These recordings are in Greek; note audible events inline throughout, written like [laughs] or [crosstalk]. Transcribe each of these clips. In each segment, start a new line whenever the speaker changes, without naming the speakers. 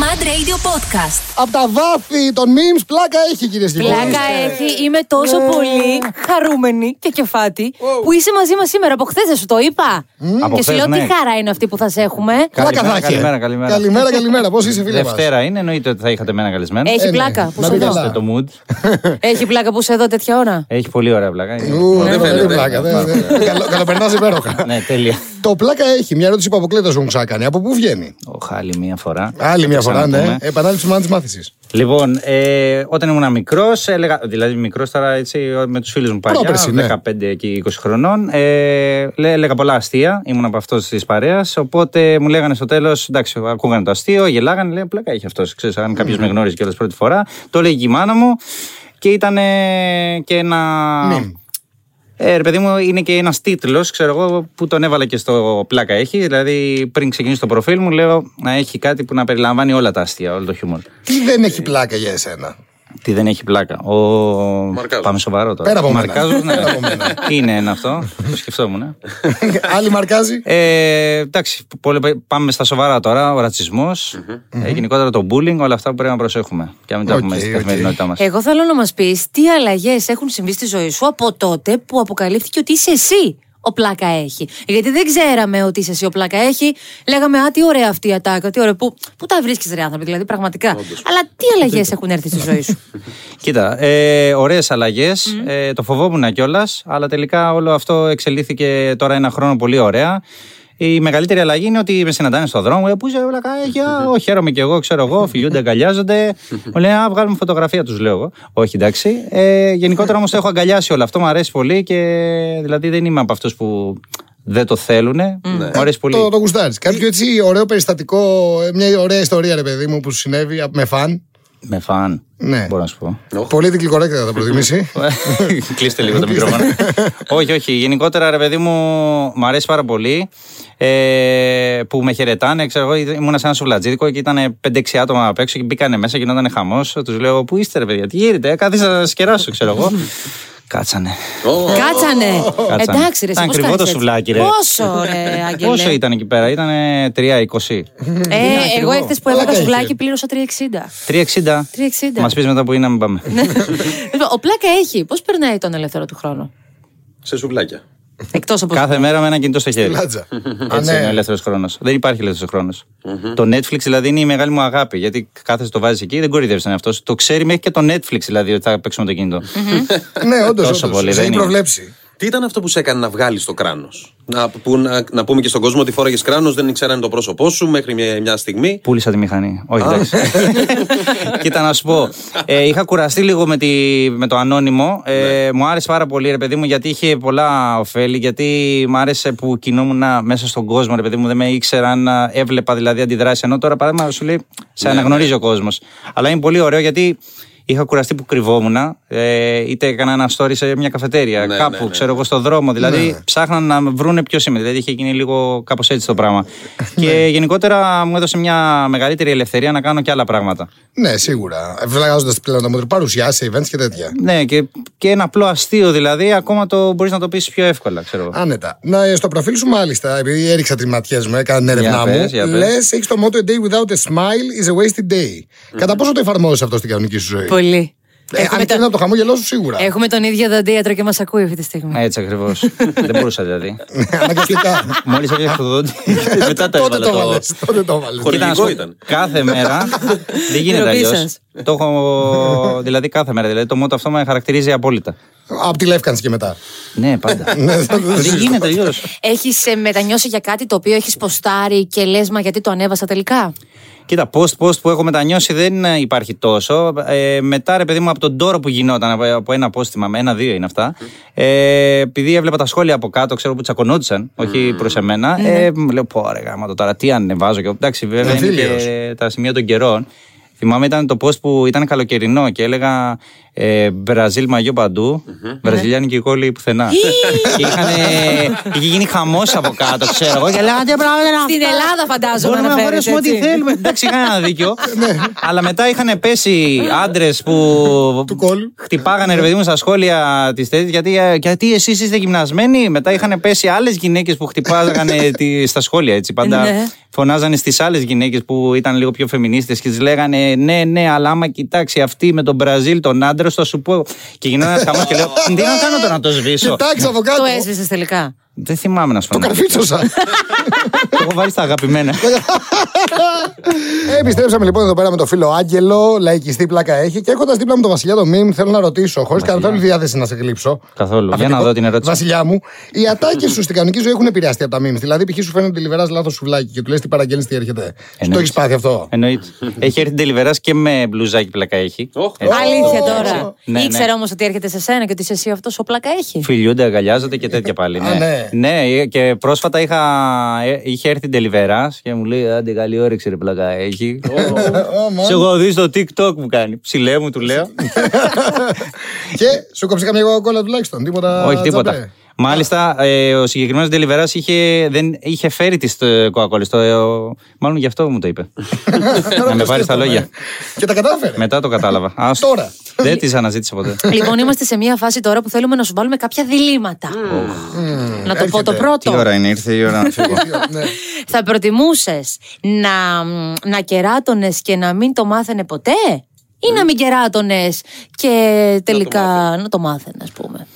Mad Radio Podcast.
Από τα βάφη των memes πλάκα έχει κυρίε και κύριοι.
Πλάκα έχει, είμαι τόσο πολύ χαρούμενη και κεφάτη που είσαι μαζί μας σήμερα. Από χθες σου το είπα.
Από
Και σου
χθες,
λέω τι
ναι.
χαρά είναι αυτή που θα σε έχουμε.
[laughs]
Πλάκα θα
Καλημέρα,
έχει.
καλημέρα, καλημέρα.
Καλημέρα, καλημέρα. Πώς είσαι, φίλε. μας?
Δευτέρα είναι, εννοείται ότι θα είχατε μένα καλεσμένο.
Έχει
ναι.
πλάκα που
Να
σε
μην
εδώ.
καλά.
το mood.
Έχει πλάκα που σε εδώ τέτοια ώρα.
Έχει πολύ ωραία πλάκα.
Ου,
Ναι.
δεν
φαίνεται,
φαίνεται
ναι.
πλάκα. δεν- [laughs] δεν- καλο- Καλοπερνάς υπέροχα.
Ναι, τέλεια.
Το πλάκα έχει. Μια ερώτηση που αποκλείται μου ξάκανε. Από πού βγαίνει.
Ο Χάλι μία φορά.
Άλλη
Θα
μια
το
φορά, ναι.
ξαναπούμε.
Επανάληψη μάνα της μάθησης.
Λοιπόν, ε, όταν ήμουν μικρός, έλεγα. Δηλαδή, μικρός τώρα έτσι, με τους φίλους μου
Πρόπερση, ναι.
παλιά, 15 και 20 χρονών. Ε, λέ- έλεγα πολλά αστεία. Ήμουν από αυτός της παρέας. Οπότε μου λέγανε στο τέλος, εντάξει, ακούγανε το αστείο, γελάγανε. Λέει, πλάκα είχε αυτός. Ξέρεις, αν
Ναι.
κάποιο με γνώριζε κιόλας πρώτη φορά. Το έλεγε και η μάνα μου. Και ήταν ε, και ένα.
Μιμ.
Ε, ρε παιδί μου, είναι και ένας τίτλος, ξέρω εγώ, που τον έβαλα και στο πλάκα έχει. Δηλαδή, πριν ξεκινήσει το προφίλ μου, λέω να έχει κάτι που να περιλαμβάνει όλα τα αστεία, όλο το χιούμορ.
Τι δεν έχει πλάκα για εσένα. [laughs]
Τι δεν έχει πλάκα. Ο...
Μαρκάζος.
Πάμε σοβαρό τώρα.
Πέρα από μένα.
Μαρκάζος, ναι.
Πέρα από μένα.
Τι είναι ένα αυτό, το σκεφτόμουν. ε.
Άλλη μαρκάζει.
Ε, εντάξει, πολύ- πάμε στα σοβαρά τώρα. Ο ρατσισμός, ε, γενικότερα το bullying, όλα αυτά που πρέπει να προσέχουμε. Και να μην τα
Οκ,
έχουμε στην
οκ.
καθημερινότητά μας.
Εγώ θέλω να μας πεις τι αλλαγές έχουν συμβεί στη ζωή σου από τότε που αποκαλύφθηκε ότι είσαι εσύ ο πλάκα έχει. Γιατί δεν ξέραμε ότι είσαι εσύ ο πλάκα έχει. Λέγαμε, Α, τι ωραία αυτή η ατάκα, τι ωραία. Πού, πού τα βρίσκεις, ρε άνθρωποι, δηλαδή πραγματικά. Αλλά τι αλλαγές έχουν έρθει στη ζωή
[laughs]
σου.
Κοίτα, ε, ωραίες Ε, το φοβόμουν κιόλας, αλλά τελικά όλο αυτό εξελίχθηκε τώρα ένα χρόνο πολύ ωραία. Η μεγαλύτερη αλλαγή είναι ότι με συναντάνε στον δρόμο. Ε, πού είσαι, Βλακά, έχει, α, όχι, χαίρομαι κι εγώ, ξέρω εγώ. Φιλιούνται, αγκαλιάζονται. Μου λένε, Α, βγάλουμε φωτογραφία, τους λέω εγώ. Όχι, εντάξει. Ε, γενικότερα όμως το έχω αγκαλιάσει όλο αυτό, μου αρέσει πολύ και δηλαδή δεν είμαι από αυτούς που δεν το θέλουν. Μου αρέσει πολύ.
Ναι.
Ε.
Το, το γουστάρεις. Κάποιο έτσι ωραίο περιστατικό, ε, μια ωραία ιστορία, ρε παιδί μου, που σου συνέβη α, με φαν.
Με φαν,
Ναι.
μπορώ να σου πω.
Πολύ την κλικορέκτα θα
[laughs]
προτιμήσει.
Κλείστε λίγο το μικρόφωνο. όχι, όχι. Γενικότερα, ρε παιδί μου, μου αρέσει πάρα πολύ ε, που με χαιρετάνε. Ξέρω, εγώ ήμουν σε ένα σουβλατζίδικο και ήταν 5-6 άτομα απ' έξω και μπήκανε μέσα, γινόταν χαμός. Τους λέω, Πού είστε, ρε παιδιά, τι γίνεται, ε, καθίστε να σας κεράσω, ξέρω εγώ. Κάτσανε.
Κάτσανε.
Κάτσανε.
Εντάξει, ρε.
Ήταν
εσύ, πώς
ακριβό
κάνεις
το
έτσι.
σουβλάκι, ρε.
Πόσο, ρε, Άγγελε.
Πόσο ήταν εκεί πέρα, ήταν 3-20.
Ε, εγώ εχθές που έβαλα
Πλάκα
σουβλάκι
είχε.
πλήρωσα 3,60.
3,60.
3,60.
Μας πεις μετά που είναι να μην πάμε.
Λοιπόν, ο πλάκα έχει. Πώς περνάει τον ελεύθερο του χρόνο.
Σε σουβλάκια.
Εκτός από.
Κάθε μέρα με ένα κινητό στο χέρι.
Λάτζα. Α,
Έτσι
ναι.
είναι ο ελεύθερος χρόνος. Δεν υπάρχει ελεύθερος Το Netflix δηλαδή είναι η μεγάλη μου αγάπη. Γιατί κάθεσαι το βάζεις εκεί, δεν κορυδεύει τον εαυτό σου. Το ξέρει μέχρι και το Netflix δηλαδή ότι θα παίξουμε το κινητο
Ναι, όντως.
Τόσο πολύ,
Σε
δεν
έχει
είναι.
προβλέψει.
Τι ήταν αυτό που σε έκανε να βγάλεις το κράνος. Να, που- να, να πούμε και στον κόσμο ότι φόραγες κράνος, δεν ήξεραν το πρόσωπό σου μέχρι μια, μια στιγμή.
Πούλησα τη μηχανή. Όχι,
[laughs]
εντάξει. Κοίτα να σου πω. Ε, είχα κουραστεί λίγο με, τη, με το ανώνυμο. Ε,
Ναι.
Μου άρεσε πάρα πολύ, ρε παιδί μου, γιατί είχε πολλά ωφέλη. Γιατί μου άρεσε που κινούμουν μέσα στον κόσμο, ρε παιδί μου. Δεν με ήξεραν, α, έβλεπα δηλαδή αντιδράσεις. Ενώ τώρα παράδειγμα σου λέει,
Ναι,
σε αναγνωρίζει ο κόσμος. Αλλά είναι πολύ ωραίο γιατί είχα κουραστεί που κρυβόμουν. Ε, είτε έκανα ένα story σε μια καφετέρια,
Ναι,
κάπου,
ναι, ναι.
ξέρω εγώ, στον δρόμο. Δηλαδή ψάχναν να βρούνε ποιος είμαι. Δηλαδή είχε γίνει λίγο κάπως έτσι το πράγμα. και γενικότερα μου έδωσε μια μεγαλύτερη ελευθερία να κάνω και άλλα πράγματα.
Ναι, σίγουρα. Βλαγάζοντα πλέον τα μοντρ, παρουσιάσει events και τέτοια.
Ναι, και, και ένα απλό αστείο δηλαδή, ακόμα το μπορείς να το πεις πιο εύκολα, ξέρω εγώ.
Άνετα. Να, ε, στο προφίλ σου, μάλιστα, επειδή έριξα τις ματιές μου, έκανα την έρευνά
Για πες,
μου.
για πες.
Λες, έχεις το motto A day without a smile is a wasted day. Κατά πόσο το εφαρμόζεις αυτό στην κανονική σου ζωή.
Πολύ.
Ε, αν και είναι από το χαμόγελό σου, σίγουρα. [laughs]
Ε-
Έχουμε τον ίδιο δοντίατρο και μας ακούει αυτή τη στιγμή.
Έτσι ακριβώς. Δεν μπορούσα δηλαδή.
Ναι, Αναγκαστικά.
Μόλις έφτιαξα το
[laughs]
δόντι, Ε, μετά το
Τότε
έβαλα
το
το,
βάλες, Τότε το βάλες.
Χωρίς-
Κοίτα, να σου
Χορηγικό
πω,
ήταν.
Κάθε μέρα. δεν γίνεται
Ντροπή
αλλιώς.
σας.
Το έχω. δηλαδή κάθε μέρα. Δηλαδή το μότο αυτό με χαρακτηρίζει απόλυτα.
Απ' τη Λεύκανση και μετά.
Ναι, πάντα.
Ναι, δεν το
[laughs] δεν
συζητώ. [laughs]
γίνεται αλλιώς.
Έχεις ε, μετανιώσει για κάτι το οποίο έχεις ποστάρει και λες, μα γιατί το ανέβασα τελικά.
Κοίτα, post-post που έχω μετανιώσει δεν ε, υπάρχει τόσο. Ε, μετά, ρε παιδί μου, από τον τόρο που γινόταν από- από ένα απόστημα, με ένα-δύο είναι αυτά. Ε, επειδή έβλεπα τα σχόλια από κάτω, ξέρω που τσακωνόντουσαν, όχι προς εμένα.
Ναι.
Ε, μου λέω, πω ρε γάμα το τώρα, τι ανεβάζω. Και, εντάξει, βέβαια είναι
Εμφύλιος.
και τα σημεία των καιρών. Θυμάμαι ήταν το post που ήταν καλοκαιρινό και έλεγα ε, Μπραζίλ μαγιό παντού, Βραζιλιάνικη κόλλη πουθενά. και είχαν, είχε γίνει χαμός από κάτω, ξέρω εγώ. Και λέγανε «Τι πράγματα είναι
Στην
αυτά?»
Ελλάδα φαντάζομαι
Μπορούμε να
αναφέρεσαι,
φορέσουμε ό,τι
έτσι.
θέλουμε. Εντάξει, είχαν ένα δίκιο. Αλλά μετά είχαν πέσει άντρες που.
Του κόλου.
Χτυπάγανε ρε παιδί μου στα σχόλια της θέση γιατί, ε, γιατί εσείς είστε γυμνασμένοι. Μετά είχαν πέσει άλλες γυναίκες που χτυπάγανε τη- στα σχόλια έτσι. Πάντα
Ναι.
φωνάζανε στις άλλες γυναίκες που ήταν λίγο πιο φεμινίστες και τις λέγανε Ναι, ναι, αλλά άμα κοιτάξει αυτή με τον Μπραζίλ, τον άντρα, θα σου πω. Και γινόταν ένα χαμός και λέω Τι να κάνω τώρα να
[laughs]
το σβήσω.
Κοιτάξτε από
Το
κάτω.
έσβησες τελικά.
Δεν θυμάμαι να σου
Το καρφίτσωσα.
[laughs] Το έχω βάλει στα αγαπημένα.
Επιστρέψαμε λοιπόν εδώ πέρα με το φίλο Άγγελο, λαϊκιστή πλάκα έχει. Και έχοντας δίπλα μου τον Βασιλιά το μήνυμα, θέλω να ρωτήσω, χωρίς καθόλου διάθεση να σε κλείψω.
Καθόλου. Για να δω την ερώτηση.
Βασιλιά μου, οι ατάκες σου στην κανονική ζωή έχουν επηρεαστεί από τα μήνυμα. Δηλαδή, π.χ. σου φαίνεται λιβερά λάθος σουβλάκι και του λες τι παραγγέλνεις, τι έρχεται. Σου το
Εννοείται.
έχεις πάθει αυτό.
Εννοείται. έχει έρθει τηλεβεράς και με μπλουζάκι πλακά έχει.
Ωχ.
Έτσι.
Αλήθεια τώρα.
Ε, Ναι, ναι.
Ήξερα όμως ότι έρχεται σε σένα και ότι είσαι εσύ αυτός ο πλάκα έχει.
Φιλιούνται, αγκαλιάζονται και τέτοια πάλι.
Α, ναι.
ναι, και πρόσφατα είχα, ε, είχε έρθει τηλεβερά και μου λέει: Άντε, καλή όρεξη, ρε πλακά έχει. [laughs] Ε, Σε έχω δει στο TikTok μου κάνει. Ψηλέ μου, του λέω.
[laughs] και σου κόψει καμιά κόλλα τουλάχιστον. Τίποτα.
Όχι
[laughs]
τίποτα.
τζαμπέ.
Μάλιστα, ε, ο συγκεκριμένος Ντελιβερά είχε, δεν- είχε φέρει ε, τι κοκακόλε. Μάλλον γι' αυτό μου
[laughs]
το είπε.
Τώρα
να με
το
πάρει τα
σκέφτομαι.
λόγια.
Και τα κατάφερε.
Μετά το κατάλαβα. Ας-
Τώρα.
Δεν τις αναζήτησα ποτέ.
Λοιπόν, είμαστε σε μια φάση τώρα που θέλουμε να σου βάλουμε κάποια διλήμματα. Να το πω το
έρχεται.
Ε, Τι
πρώτο.
ώρα είναι, ήρθε η ώρα
[laughs]
να φύγω.
Ναι.
Θα προτιμούσες να, να κεράτωνες και να μην το μάθαινε ποτέ, ή
Ε.
να μην κεράτωνες και τελικά να το μάθαινε, ας πούμε.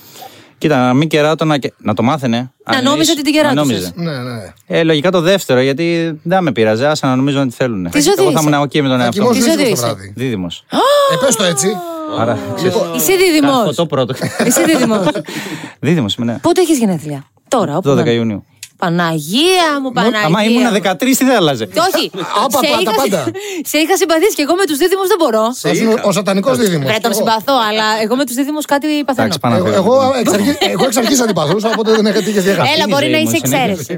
Κοίτα, να μην κεράτωνα και. Να το μάθαινε. Αν εννοείς,
νόμιζε ότι την
να
κεράτωσες.
νόμιζε.
Ναι, ναι.
Ε, λογικά το δεύτερο, γιατί δεν με πειράζει. Άσε να νομίζουν ότι θέλουν.
Τι ζωή
Εγώ θα
είσαι?
ήμουν οκ με τον εαυτό μου.
Κοιμόσουν
Τι
ήσυχο το
είσαι.
βράδυ.
Δίδυμος.
Ε, πες το έτσι.
Άρα. ξέρεις,
Λοιπόν,
ε,
Είσαι
κάνω
δίδυμο.
φωτό πρώτο.
Είσαι
[laughs]
δίδυμος.
Δίδυμος, ναι.
Πότε έχεις γενέθλια, τώρα, όπου.
12
να είναι.
Ιουνίου.
Παναγία μου, Παναγία.
Άμα
μου.
ήμουν 13, τι θα άλλαζε. [laughs]
Όχι.
Άπα,
σε,
πάντα,
είχα,
πάντα.
σε είχα συμπαθήσει και εγώ με τους δίδυμους δεν μπορώ.
Ας είναι Ο σατανικός δίδυμο.
Πρέπει να τον συμπαθώ, αλλά εγώ με τους δίδυμους κάτι παθαίνω.
Εντάξει, Παναγία.
Εγώ εξ αρχή- εγώ εξ αρχή αντιπαθούσα, οπότε δεν είχα τύχες διαχάσει.
Έλα,
είναι η
μπορεί
ζωή
να
μου,
είσαι
συνέχεια.
εξαίρεση.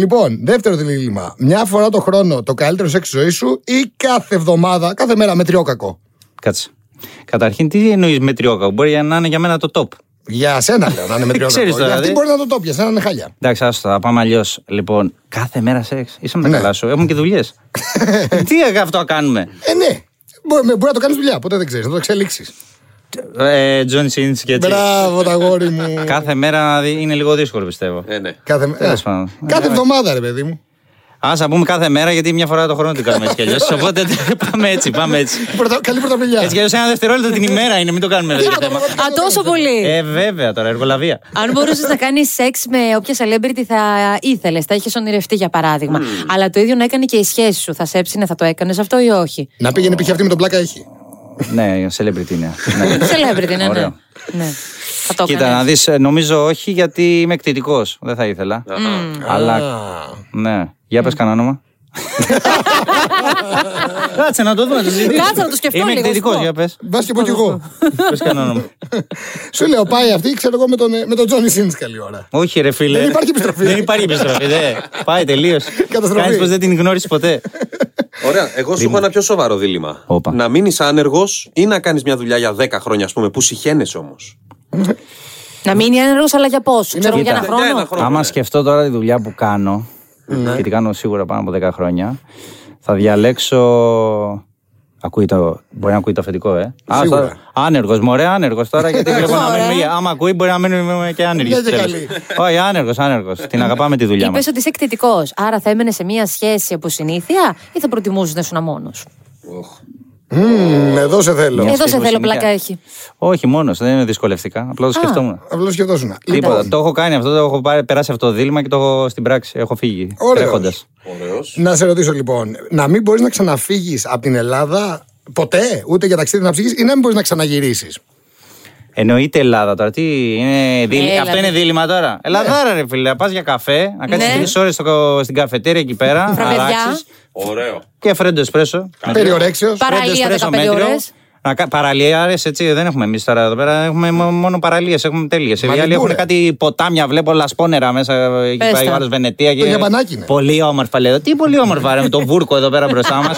Λοιπόν, δεύτερο δίλημα. Μια φορά το χρόνο το καλύτερο σεξ ζωής σου ή κάθε εβδομάδα, κάθε μέρα με τριόκακο.
Κάτσε. Καταρχήν, τι εννοείς με τριόκα. Μπορεί να είναι για μένα το top.
Για σένα λέω να είναι με
[laughs]
τριόκακο.
Ξέρεις τώρα,
Για αυτή
δηλαδή.
μπορεί να το τόπια, σένα είναι χάλια.
Εντάξει, άστο, θα πάμε αλλιώς. Λοιπόν, κάθε μέρα σεξ. Είσαι με τα
Ναι.
καλά σου. Έχουμε και δουλειές.
[laughs]
τι αυτό κάνουμε.
Ε, ναι. Μπορεί, μπορεί να το κάνεις δουλειά, ποτέ δεν ξέρεις, να το εξελίξεις.
Ε, Τζον Σίντ και έτσι.
Μπράβο, τα γόρι μου.
Κάθε μέρα δι- είναι λίγο δύσκολο πιστεύω.
Ε, ναι.
Κάθε,
Τέλος
ε,
πάντων.
κάθε εβδομάδα, ρε παιδί μου.
Ας να πούμε κάθε μέρα γιατί μια φορά το χρόνο την κάνουμε έτσι κι αλλιώς. Οπότε [laughs] πάμε έτσι, πάμε έτσι.
Πρωτα- Καλή πρωτοβουλία.
Έτσι κι αλλιώς ένα δευτερόλεπτο την ημέρα είναι, μην το κάνουμε αυτό το θέμα.
Α, τόσο πολύ.
Ε, βέβαια τώρα, εργολαβία.
Ε, Αν μπορούσες να κάνεις σεξ με όποια celebrity θα ήθελες, θα είχες ονειρευτεί για παράδειγμα. Αλλά το ίδιο να έκανε και η σχέση σου. Θα σε έψινε, θα το έκανες αυτό ή όχι.
Να πήγαινε π.χ. αυτή με τον πλάκα έχει.
ναι, celebrity είναι. Ναι.
Celebrity, ναι, ναι.
Ωραίο.
ναι. Θα το
Κοίτα, να
έκανες.
δεις, νομίζω όχι γιατί είμαι εκτιτικό. Δεν θα ήθελα. Αλλά. Ναι. Για πες κανένα
[laughs]
όνομα. Κάτσε να το δούμε. το συζητήσουμε.
Κάτσε να το σκεφτώ
Είμαι
λίγο,
εκτιτικό,
σου πω.
για πες.
Μπα και πω κι εγώ.
Πες κανένα όνομα.
[laughs] Σου λέω, πάει αυτή, ξέρω εγώ, με τον, ε, με τον Τζόνι Σίντ καλή ώρα.
Όχι, ρε φίλε.
Δεν υπάρχει επιστροφή.
Δεν υπάρχει επιστροφή. δε. Πάει τελείω.
Καταστροφή.
Κάνεις πως δεν την γνώρισες ποτέ.
Ωραία. Εγώ σου έχω ένα πιο σοβαρό δίλημα.
Όπα.
Να μείνεις άνεργος ή να κάνεις μια δουλειά για 10 χρόνια, ας πούμε, που συχαίνεσαι όμως.
Να μείνει άνεργος, αλλά για πόσο. Ξέρω για ένα
Κοίτα. Για ένα
χρόνο.
χρόνο.
Άμα σκεφτώ τώρα τη δουλειά που κάνω,
Ναι.
και την κάνω σίγουρα πάνω από 10 χρόνια, θα διαλέξω. Ακούει το... Μπορεί να ακούει το αφεντικό, ε.
Σίγουρα.
Άνεργος, μωρέ, άνεργος τώρα γιατί βλέπω να
Ωραία.
μείνουμε. για- Άμα ακούει, μπορεί να μείνουμε και άνεργοι.
Μια και
στο τέλος.
καλή.
Όχι, άνεργος, άνεργος. Την αγαπάμε τη δουλειά μα.
Είπε ότι είσαι εκτιτικό. Άρα θα έμενε σε μία σχέση από συνήθεια ή θα προτιμούσες να ήσουν μόνο.
Μμμ, εδώ σε θέλω.
Εδώ σε
Στην
θέλω,
Βοσνιακά.
πλάκα έχει.
Όχι, μόνος, δεν είναι δυσκολευτικά. Απλά το σκεφτόμουν.
Απλώ σκεφτόσουν.
Τίποτα. Το έχω κάνει αυτό, το έχω πάρει- περάσει αυτό το δίλημα και το έχω στην πράξη. Έχω φύγει.
Ωραίος.
Τρέχοντας.
Να σε ρωτήσω λοιπόν, να μην μπορείς να ξαναφύγεις από την Ελλάδα ποτέ, ούτε για ταξίδι να ψυχείς, ή να μην μπορείς να ξαναγυρίσεις.
Εννοείται Ελλάδα τώρα. Τι είναι, δίλη-
Έλα,
Αυτό
ρε.
είναι δίλημα τώρα. Ελλάδα, ρε φίλε. Να πας για καφέ, να κάτσει
Ναι.
τρεις ώρες στην καφετέρια εκεί πέρα. να
Φραπεδιά.
αλλάξεις.
Ωραίο.
Και φρέντο εσπρέσο.
Περιορέξιο.
Παραλία
Φρέντο εσπρέσο
15
μέτριο.
ώρες.
Να κα- παραλιάρες, έτσι δεν έχουμε εμείς τώρα εδώ πέρα. Έχουμε μο- μόνο παραλίες, έχουμε τέλειες. Οι άλλοι
Μαλιμπού,
έχουν
ρε.
κάτι ποτάμια, βλέπω λασπόνερα μέσα. Εκεί
Πες
πάει
τα.
ο άλλος Βενετία. και-
γιαμπανάκι είναι. [laughs]
Πολύ όμορφα λέω. Τι πολύ όμορφα, ρε, με τον βούρκο εδώ πέρα μπροστά μας.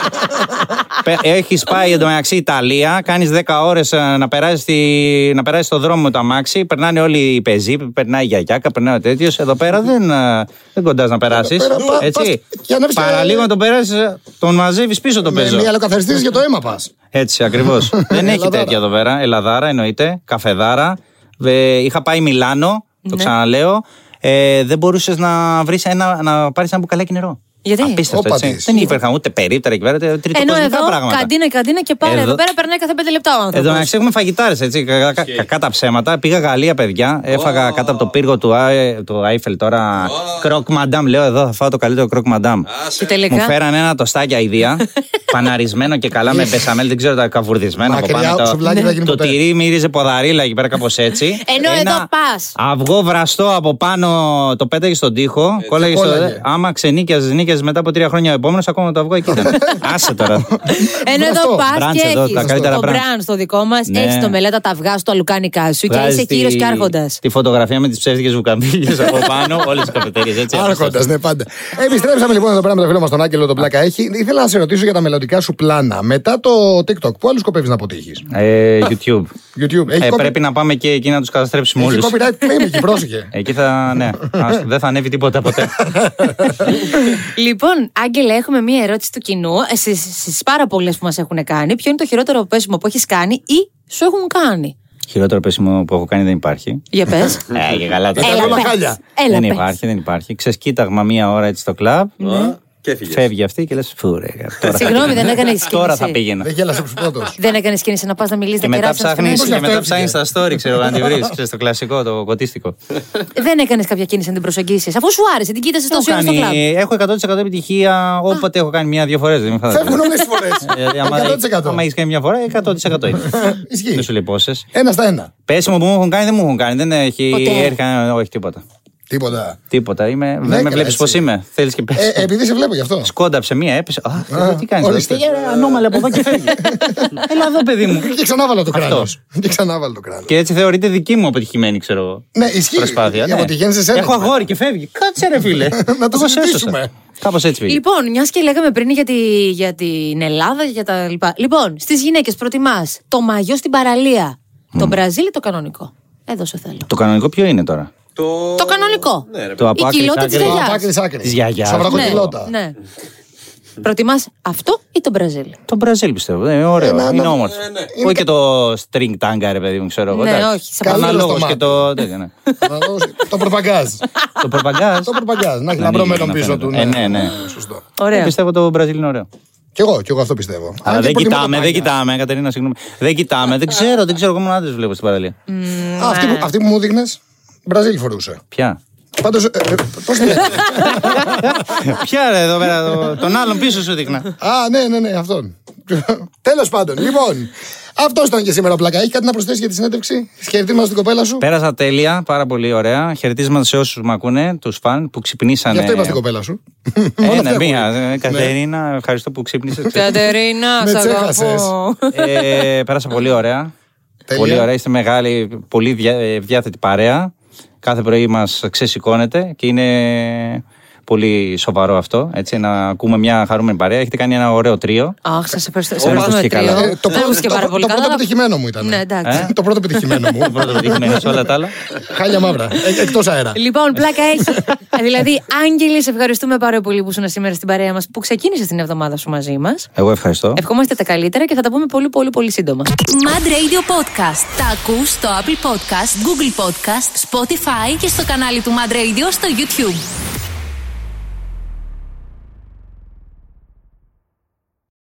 Έχεις πάει εντωμεταξύ Ιταλία, κάνεις 10 ώρες ε, να περάσεις να περάσεις το δρόμο με το αμάξι. Περνάνε όλοι οι πεζοί, περνάει η γιαγιάκα, περνάει ο τέτοιος. Εδώ πέρα δεν, ε, δεν κοντάς να περάσεις.
πέρα, πα-
Έτσι.
πας- για να βρεις-
Παραλίγο να τον περάσει, τον μαζεύεις πίσω τον
Με
πεζό.
μία αλοκαθαριστής για το αίμα πας.
Έτσι ακριβώς.
[laughs]
δεν έχει
Ελλαδάρα.
τέτοια εδώ πέρα. Ελαδάρα εννοείται, καφεδάρα. Ε, είχα πάει Μιλάνο,
Ναι.
το ξαναλέω. Ε, δεν μπορούσες να, βρεις ένα, να πάρεις ένα μπουκαλάκι νερό.
Γιατί?
Απίστευτο,
Όπα
έτσι.
της.
Δεν υπήρχαν ούτε περίπτερα εκεί πέρα, ούτε
Ενώ
τριτοκοσμικά
εδώ,
πράγματα.
καντίνα, καντίνα και πάρε. Εδώ,
Εδώ-
πέρα περνάει κάθε πέντε λεπτά ο άνθρωπος.
Εδώ μεταξύ έχουμε φαγητάρες, έτσι. Κα- κα- Κακά τα ψέματα. Πήγα Γαλλία, παιδιά. Έφαγα κάτω από το πύργο του, Άι- του Άιφελ τώρα. Κροκ μαντάμ. Λέω εδώ θα φάω το καλύτερο κροκ μαντάμ.
Και
Μου
τελικά.
φέραν ένα τοστάκι αηδία,
[laughs]
παναρισμένο και καλά με μπεσαμέλ, δεν ξέρω τα καβουρδισμένο από
Μακριά,
πάνω.
σουβλάκι δεν θα
Το,
γίνει
το
ποτέ.
τυρί μύριζε ποδαρίλα εκεί πέρα κάπως έτσι.
[laughs] Ενώ
Ένα
εδώ πας.
Αυγό βραστό από πάνω το πέταγε στον τοίχο, κόλλαγε στο.
κόλλαγε.
Άμα ξενίκιαζες, νίκιαζες μετά από τρία χρόνια ο επόμενος, ακόμα το αυγό
[laughs]
εκεί ήταν. Άσε τώρα.
Ενώ εδώ
Μπράβο.
πα και
Μπραντς εδώ, τα
έχεις
καλύτερα
το
μπραντς.
μπραντ στο δικό μας,
Ναι.
έχεις το μελέτα τα αυγά στο λουκάνικά σου και
Βγάζει
είσαι κύριο
τη-
και άρχοντα.
[laughs] Τη φωτογραφία με τις ψεύτικες βουκαμπίλε από πάνω, όλες τις καφετέρειε έτσι.
Άρχοντας, ναι, πάντα. Επιστρέψαμε λοιπόν εδώ πέρα με τον φίλο μας τον Άγγελο, τον Πλάκα έχει. Ήθελα να σε ρωτήσω για τα μελλοντικά σου πλάνα. Μετά το TikTok, πού άλλο σκοπεύεις να αποτύχεις.
Ε, YouTube.
YouTube. Έχει
Ε,
copy-
πρέπει να πάμε και εκεί να τους καταστρέψουμε
έχει
όλους.
copyright claim εκεί, πρόσεχε.
Εκεί θα. Ναι, Ας- δεν θα ανέβει τίποτα
[laughs]
ποτέ.
Λοιπόν, Άγγελε, έχουμε μία ερώτηση του κοινού στι πάρα πολλές που μας έχουν κάνει. Ποιο είναι το χειρότερο πέσιμο που έχεις κάνει ή σου έχουν κάνει.
Χειρότερο πέσιμο που έχω κάνει δεν υπάρχει.
Για πες.
[laughs] Ε, και καλά,
Έλα, πες.
ξέρω.
μαχάλια.
Έλα,
Δεν
πες.
υπάρχει, δεν υπάρχει. Ξεσκίταγμα μία ώρα έτσι στο κλαμπ.
Α, Και έφυγες.
Ναι. Φεύγει αυτή και λες φούρε. τώρα θα
Συγγνώμη,
πήγαινα.
δεν έκανε κίνηση.
Τώρα θα πήγαινα.
Δεν γέλασε
[laughs]
που πρώτο.
Δεν έκανε κίνηση να πας να μιλήσεις,
Και
να
μετά
κεράσεις, να
ψάχνει
στενάσεις.
Πώς γι' αυτό
στα story, ξέρω να τη βρεις. το κλασικό, το κοτίστικο.
Δεν έκανες κάποια κίνηση να την προσεγγίσεις. Αφού σου άρεσε, την κοίτασες
Το
τόση ώρα στο κλαμπ.
κάνει. Έχω 100% επιτυχία όποτε έχω κάνει μία-δύο φορές. Δεν με φαντάζομαι.
Φεύγουν όλες τις
Ναι. Δηλαδή, άμα,
φορέ. 100%.
άμα έχεις κάνει μια φορά, 100% είναι.
Ισχύει.
Δεν σου λέει πόσε.
Ένα στα ένα.
Πέσιμο που μου έχουν κάνει, δεν μου έχουν κάνει. Δεν έχει.
Ποτέ.
έρχα- όχι, τίποτα.
Τίποτα.
Τίποτα. Είμαι,
Ναι, καλά,
δεν με βλέπεις
έτσι.
πώς είμαι. Θέλεις και πέσει.
Ε, επειδή σε βλέπω γι' αυτό.
Σκόνταψε μία, έπεσε. Αχ, εδώ τι κάνεις.
ορίστε.
Ανώμαλα από εδώ και
[laughs]
φεύγει. Έλα εδώ, παιδί μου.
Και ξανά βάλα το
Αυτός.
κράνος. Και ξανά βάλα το κράνος.
Και έτσι θεωρείται δική μου αποτυχημένη, ξέρω εγώ.
Ναι, ισχύει.
Προσπάθεια.
Η
ναι.
αποτυχία είναι σε σένα.
Έχω αγόρι και φεύγει. Κάτσε ρε φίλε.
[laughs] Να το συζητήσουμε.
Κάπως έτσι πήγε.
Λοιπόν, μιας και λέγαμε πριν για, τη, για την Ελλάδα και για τα λοιπά. Λοιπόν, στις γυναίκες προτιμάς το μαγιό στην παραλία, το Μπραζίλ ή το κανονικό. Εδώ σε θέλω.
Το κανονικό ποιο είναι τώρα.
Το...
Το κανονικό.
Ναι,
Το
ρε, παιδί.
απ' άκρη,
κοιλότητα
σ'
της γιαγιάς.
άκρη.
Άκρη άκρη.
Της γιαγιάς.
Σαβρακοκυλώτα.
ναι. Προτιμάς αυτό ή το Μπραζίλ.
Το Μπραζίλ πιστεύω. Είναι ωραίο.
Ε, να-
είναι
να-
όμορφο.
ναι, ναι.
Όχι και το string tanga, ρε παιδί μου, ξέρω εγώ.
Ναι,
εντάξει.
όχι, σε
παρακαλώ.
Αναλόγως
Στο
και το. τέτοιο,
[laughs]
ναι.
Να δώσει- Το προπαγκάζ.
το προπαγκάζ.
Το προπαγκάζ. Να έχει
Να ανοίγει,
λαμπρωμένο
να
πίσω
φαίνεται.
του.
Ε, ναι, ναι.
Σωστό.
Ε,
Ωραία.
Πιστεύω το Μπραζίλ είναι ωραίο.
Κι εγώ, κι εγώ αυτό πιστεύω.
Αλλά
Αν και
δεν
προτιμώ τα
κοιτάμε, δεν
πάγια.
κοιτάμε, ε, Κατερίνα, συγγνώμη. Δεν κοιτάμε, δεν ξέρω, δεν ξέρω. Εγώ μόνο άντρε βλέπω στην παραλία.
Mm.
Α, αυτή
Ναι.
που- Αυτή που μου δείχνες, Μπραζίλ φορούσε.
[laughs]
Ποια.
Πάντως. Πώ τη λένε.
Ποια ρε εδώ πέρα, το- τον άλλον πίσω σου δείχνα.
Α, ναι, ναι, ναι, αυτόν. Τέλος πάντων, λοιπόν. Αυτός ήταν και σήμερα ο πλακά. Έχει κάτι να προσθέσεις για τη συνέντευξη. Χαιρετίσματα στην κοπέλα σου.
Πέρασα τέλεια, πάρα πολύ ωραία. Χαιρετίσματα σε όσους με ακούνε, τους φαν που ξυπνήσανε.
Γι' αυτό είμαστε η κοπέλα σου. Όλα
ναι. Ε,
αυτά
ναι,
έχουν.
μία. Ε, Κατερίνα, ευχαριστώ που ξύπνησες.
Κατερίνα,
Με
σ'
τσέχασες.
αγαπώ.
ε, πέρασα πολύ ωραία.
Τέλεια.
Πολύ ωραία. Είστε μεγάλη, πολύ δια, ε, διάθετη παρέα. Κάθε πρωί μας ξεσηκώνετε και είναι πολύ σοβαρό αυτό. Έτσι, να ακούμε μια χαρούμενη παρέα. Έχετε κάνει ένα ωραίο τρίο.
Αχ, σας
Όπα,
ευχαριστούμε
ακούστηκε καλά.
τρίο.
Ε, Το
Δεν
πρώτο-
άκουσε και
το-
πάρα πολύ
το πρώτο
καλά.
επιτυχημένο μου ήταν.
Ναι, εντάξει.
Το πρώτο επιτυχημένο μου.
Ε, Πρώτο επιτυχημένο σε όλα τα άλλα.
Χάλια μαύρα. Εκτός αέρα.
Ε?
Λοιπόν, πλάκα έχει. δηλαδή, Άγγελε, σε ευχαριστούμε πάρα πολύ που ήσουν σήμερα στην παρέα μας, που ξεκίνησε την εβδομάδα σου μαζί μας.
Εγώ ευχαριστώ.
Ευχόμαστε τα καλύτερα και θα τα πούμε πολύ, πολύ, πολύ σύντομα.
Mad Radio Podcast. Τα ακούς στο Apple Podcast, Google Podcast, Spotify και στο κανάλι του Mad Radio στο YouTube.